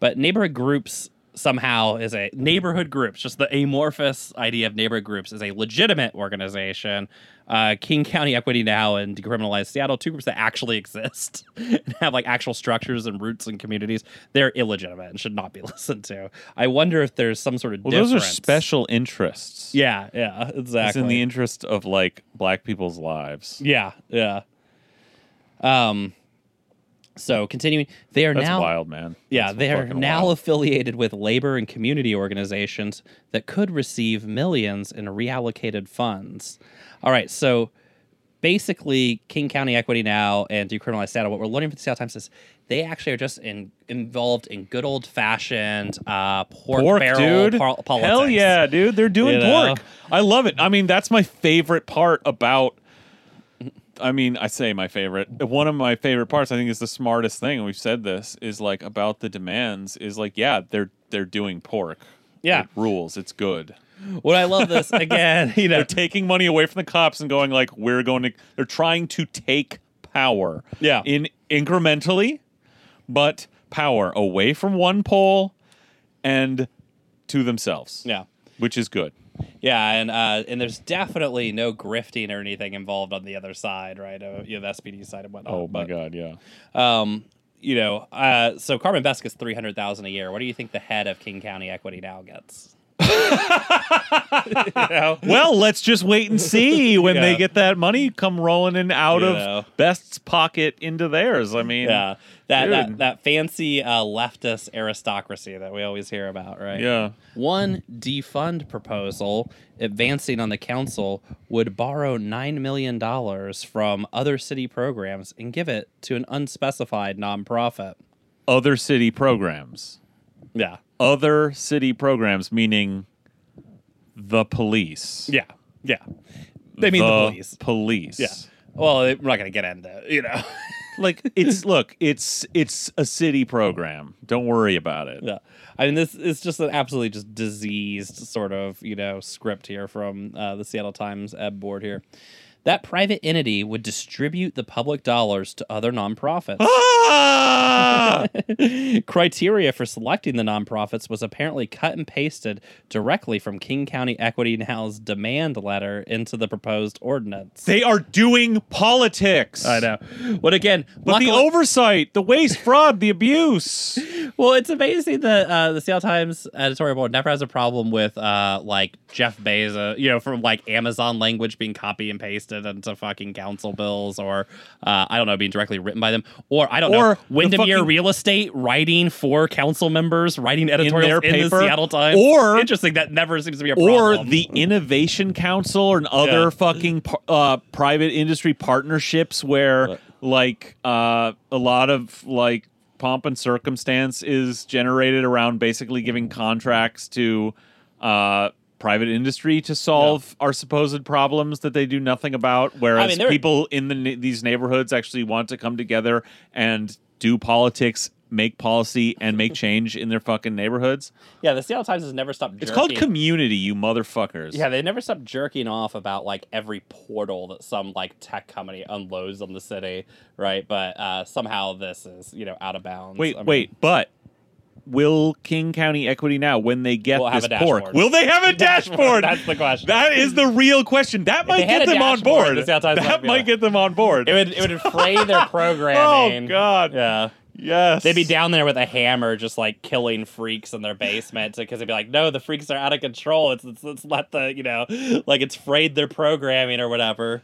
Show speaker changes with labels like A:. A: But neighborhood groups somehow is a neighborhood groups, just the amorphous idea of neighborhood groups is a legitimate organization. Uh, King County Equity Now and Decriminalize Seattle, two groups that actually exist and have like actual structures and roots and communities. They're illegitimate and should not be listened to. I wonder if there's some sort of
B: Well,
A: difference.
B: those are special interests.
A: Yeah, yeah, exactly.
B: It's in the interest of like black people's lives.
A: Yeah, yeah. Um, so continuing, they are
B: That's
A: now
B: wild, man.
A: yeah
B: That's
A: they are
B: fucking
A: now
B: wild.
A: affiliated with labor and community organizations that could receive millions in reallocated funds. All right, so basically, King County Equity Now and Decriminalized Seattle. What we're learning from the Seattle Times is they actually are just in, involved in good old fashioned uh, pork,
B: pork,
A: barrel
B: dude.
A: pol- politics.
B: Hell yeah, dude. They're doing
A: You know?
B: pork. I love it. I mean, that's my favorite part about. I mean, I say my favorite. One of my favorite parts, I think, is the smartest thing. And we've said this is like about the demands. Is like, yeah, they're they're doing pork.
A: Yeah.
B: It rules. It's good.
A: What I love this again, you know,
B: They're taking money away from the cops and going like, we're going to. They're trying to take power.
A: Yeah.
B: In incrementally, but power away from one pole and to themselves.
A: yeah.
B: Which is good.
A: Yeah, and uh, and there's definitely no grifting or anything involved on the other side, right? Uh, you know, the SPD side and whatnot.
B: Oh my
A: but,
B: god, yeah.
A: Um, you know, uh, so Carmen Besk is three hundred thousand a year. What do you think the head of King County Equity now gets? you know?
B: Well, let's just wait and see when
A: Yeah.
B: they get that money come rolling in out
A: You
B: of
A: know.
B: Best's pocket into theirs. I mean,
A: Yeah, Uh, that that,
B: Dude.
A: that fancy uh, leftist aristocracy that we always hear about, right?
B: yeah.
A: One defund proposal advancing on the council would borrow $9 million from other city programs and give it to an unspecified nonprofit.
B: Other city programs.
A: Yeah.
B: Other city programs meaning the police.
A: Yeah. Yeah. They mean the, police.
B: Police.
A: Yeah. Well, it- we're not going to get into it, you know.
B: Like it's look, it's it's a city program. Don't worry about it.
A: yeah. I mean, this is just an absolutely just diseased sort of, you know, script here from uh, the Seattle Times ad board here. That private entity would distribute the public dollars to other nonprofits.
B: Ah!
A: Criteria for selecting the nonprofits was apparently cut and pasted directly from King County Equity Now's demand letter into the proposed ordinance.
B: they are doing politics.
A: I know. But again,
B: But the
A: luckily-
B: oversight, the waste, fraud, the abuse.
A: well, it's amazing that uh, the Seattle Times editorial board never has a problem with uh, like Jeff Bezos, uh, you know, from like Amazon language being copy and pasted into fucking council bills, or uh, I don't know, being directly written by them, or I don't
B: Or
A: know,
B: the
A: Windermere
B: fucking-
A: Real Estate writing for council members, writing editorials in,
B: paper.
A: the Seattle Times.
B: Or-
A: interesting that never seems to be a
B: or
A: problem.
B: the innovation council or other
A: Yeah.
B: fucking par- uh, private industry partnerships where like uh, a lot of like pomp and circumstance is generated around basically giving contracts to uh, private industry to solve our supposed problems that they do nothing about whereas
A: mean, there-
B: people in the ne- these neighborhoods actually want to come together and do politics make policy and make change in their fucking neighborhoods
A: yeah, the Seattle Times has never stopped.
B: it's called
A: jerking-
B: community you motherfuckers
A: Yeah, they never stopped jerking off about like every portal that some like tech company unloads on the city, right? But uh, somehow this is you know out of bounds.
B: Wait,
A: I mean-
B: wait, but will King County Equity now, when they get
A: Will have
B: this
A: a
B: pork,
A: dashboard.
B: will they have a dashboard?
A: That's the question.
B: That is the real question. That might
A: they had
B: get
A: a
B: them on
A: dashboard,
B: board.
A: the Seattle Times might
B: That
A: be
B: might
A: like-
B: get them on board.
A: it would it would fray their programming.
B: Oh, God.
A: yeah.
B: yes,
A: They'd be down there with a hammer, just like killing freaks in their basement, because they'd be like, "No, the freaks are out of control. It's, it's it's let the you know, like it's frayed their programming or whatever."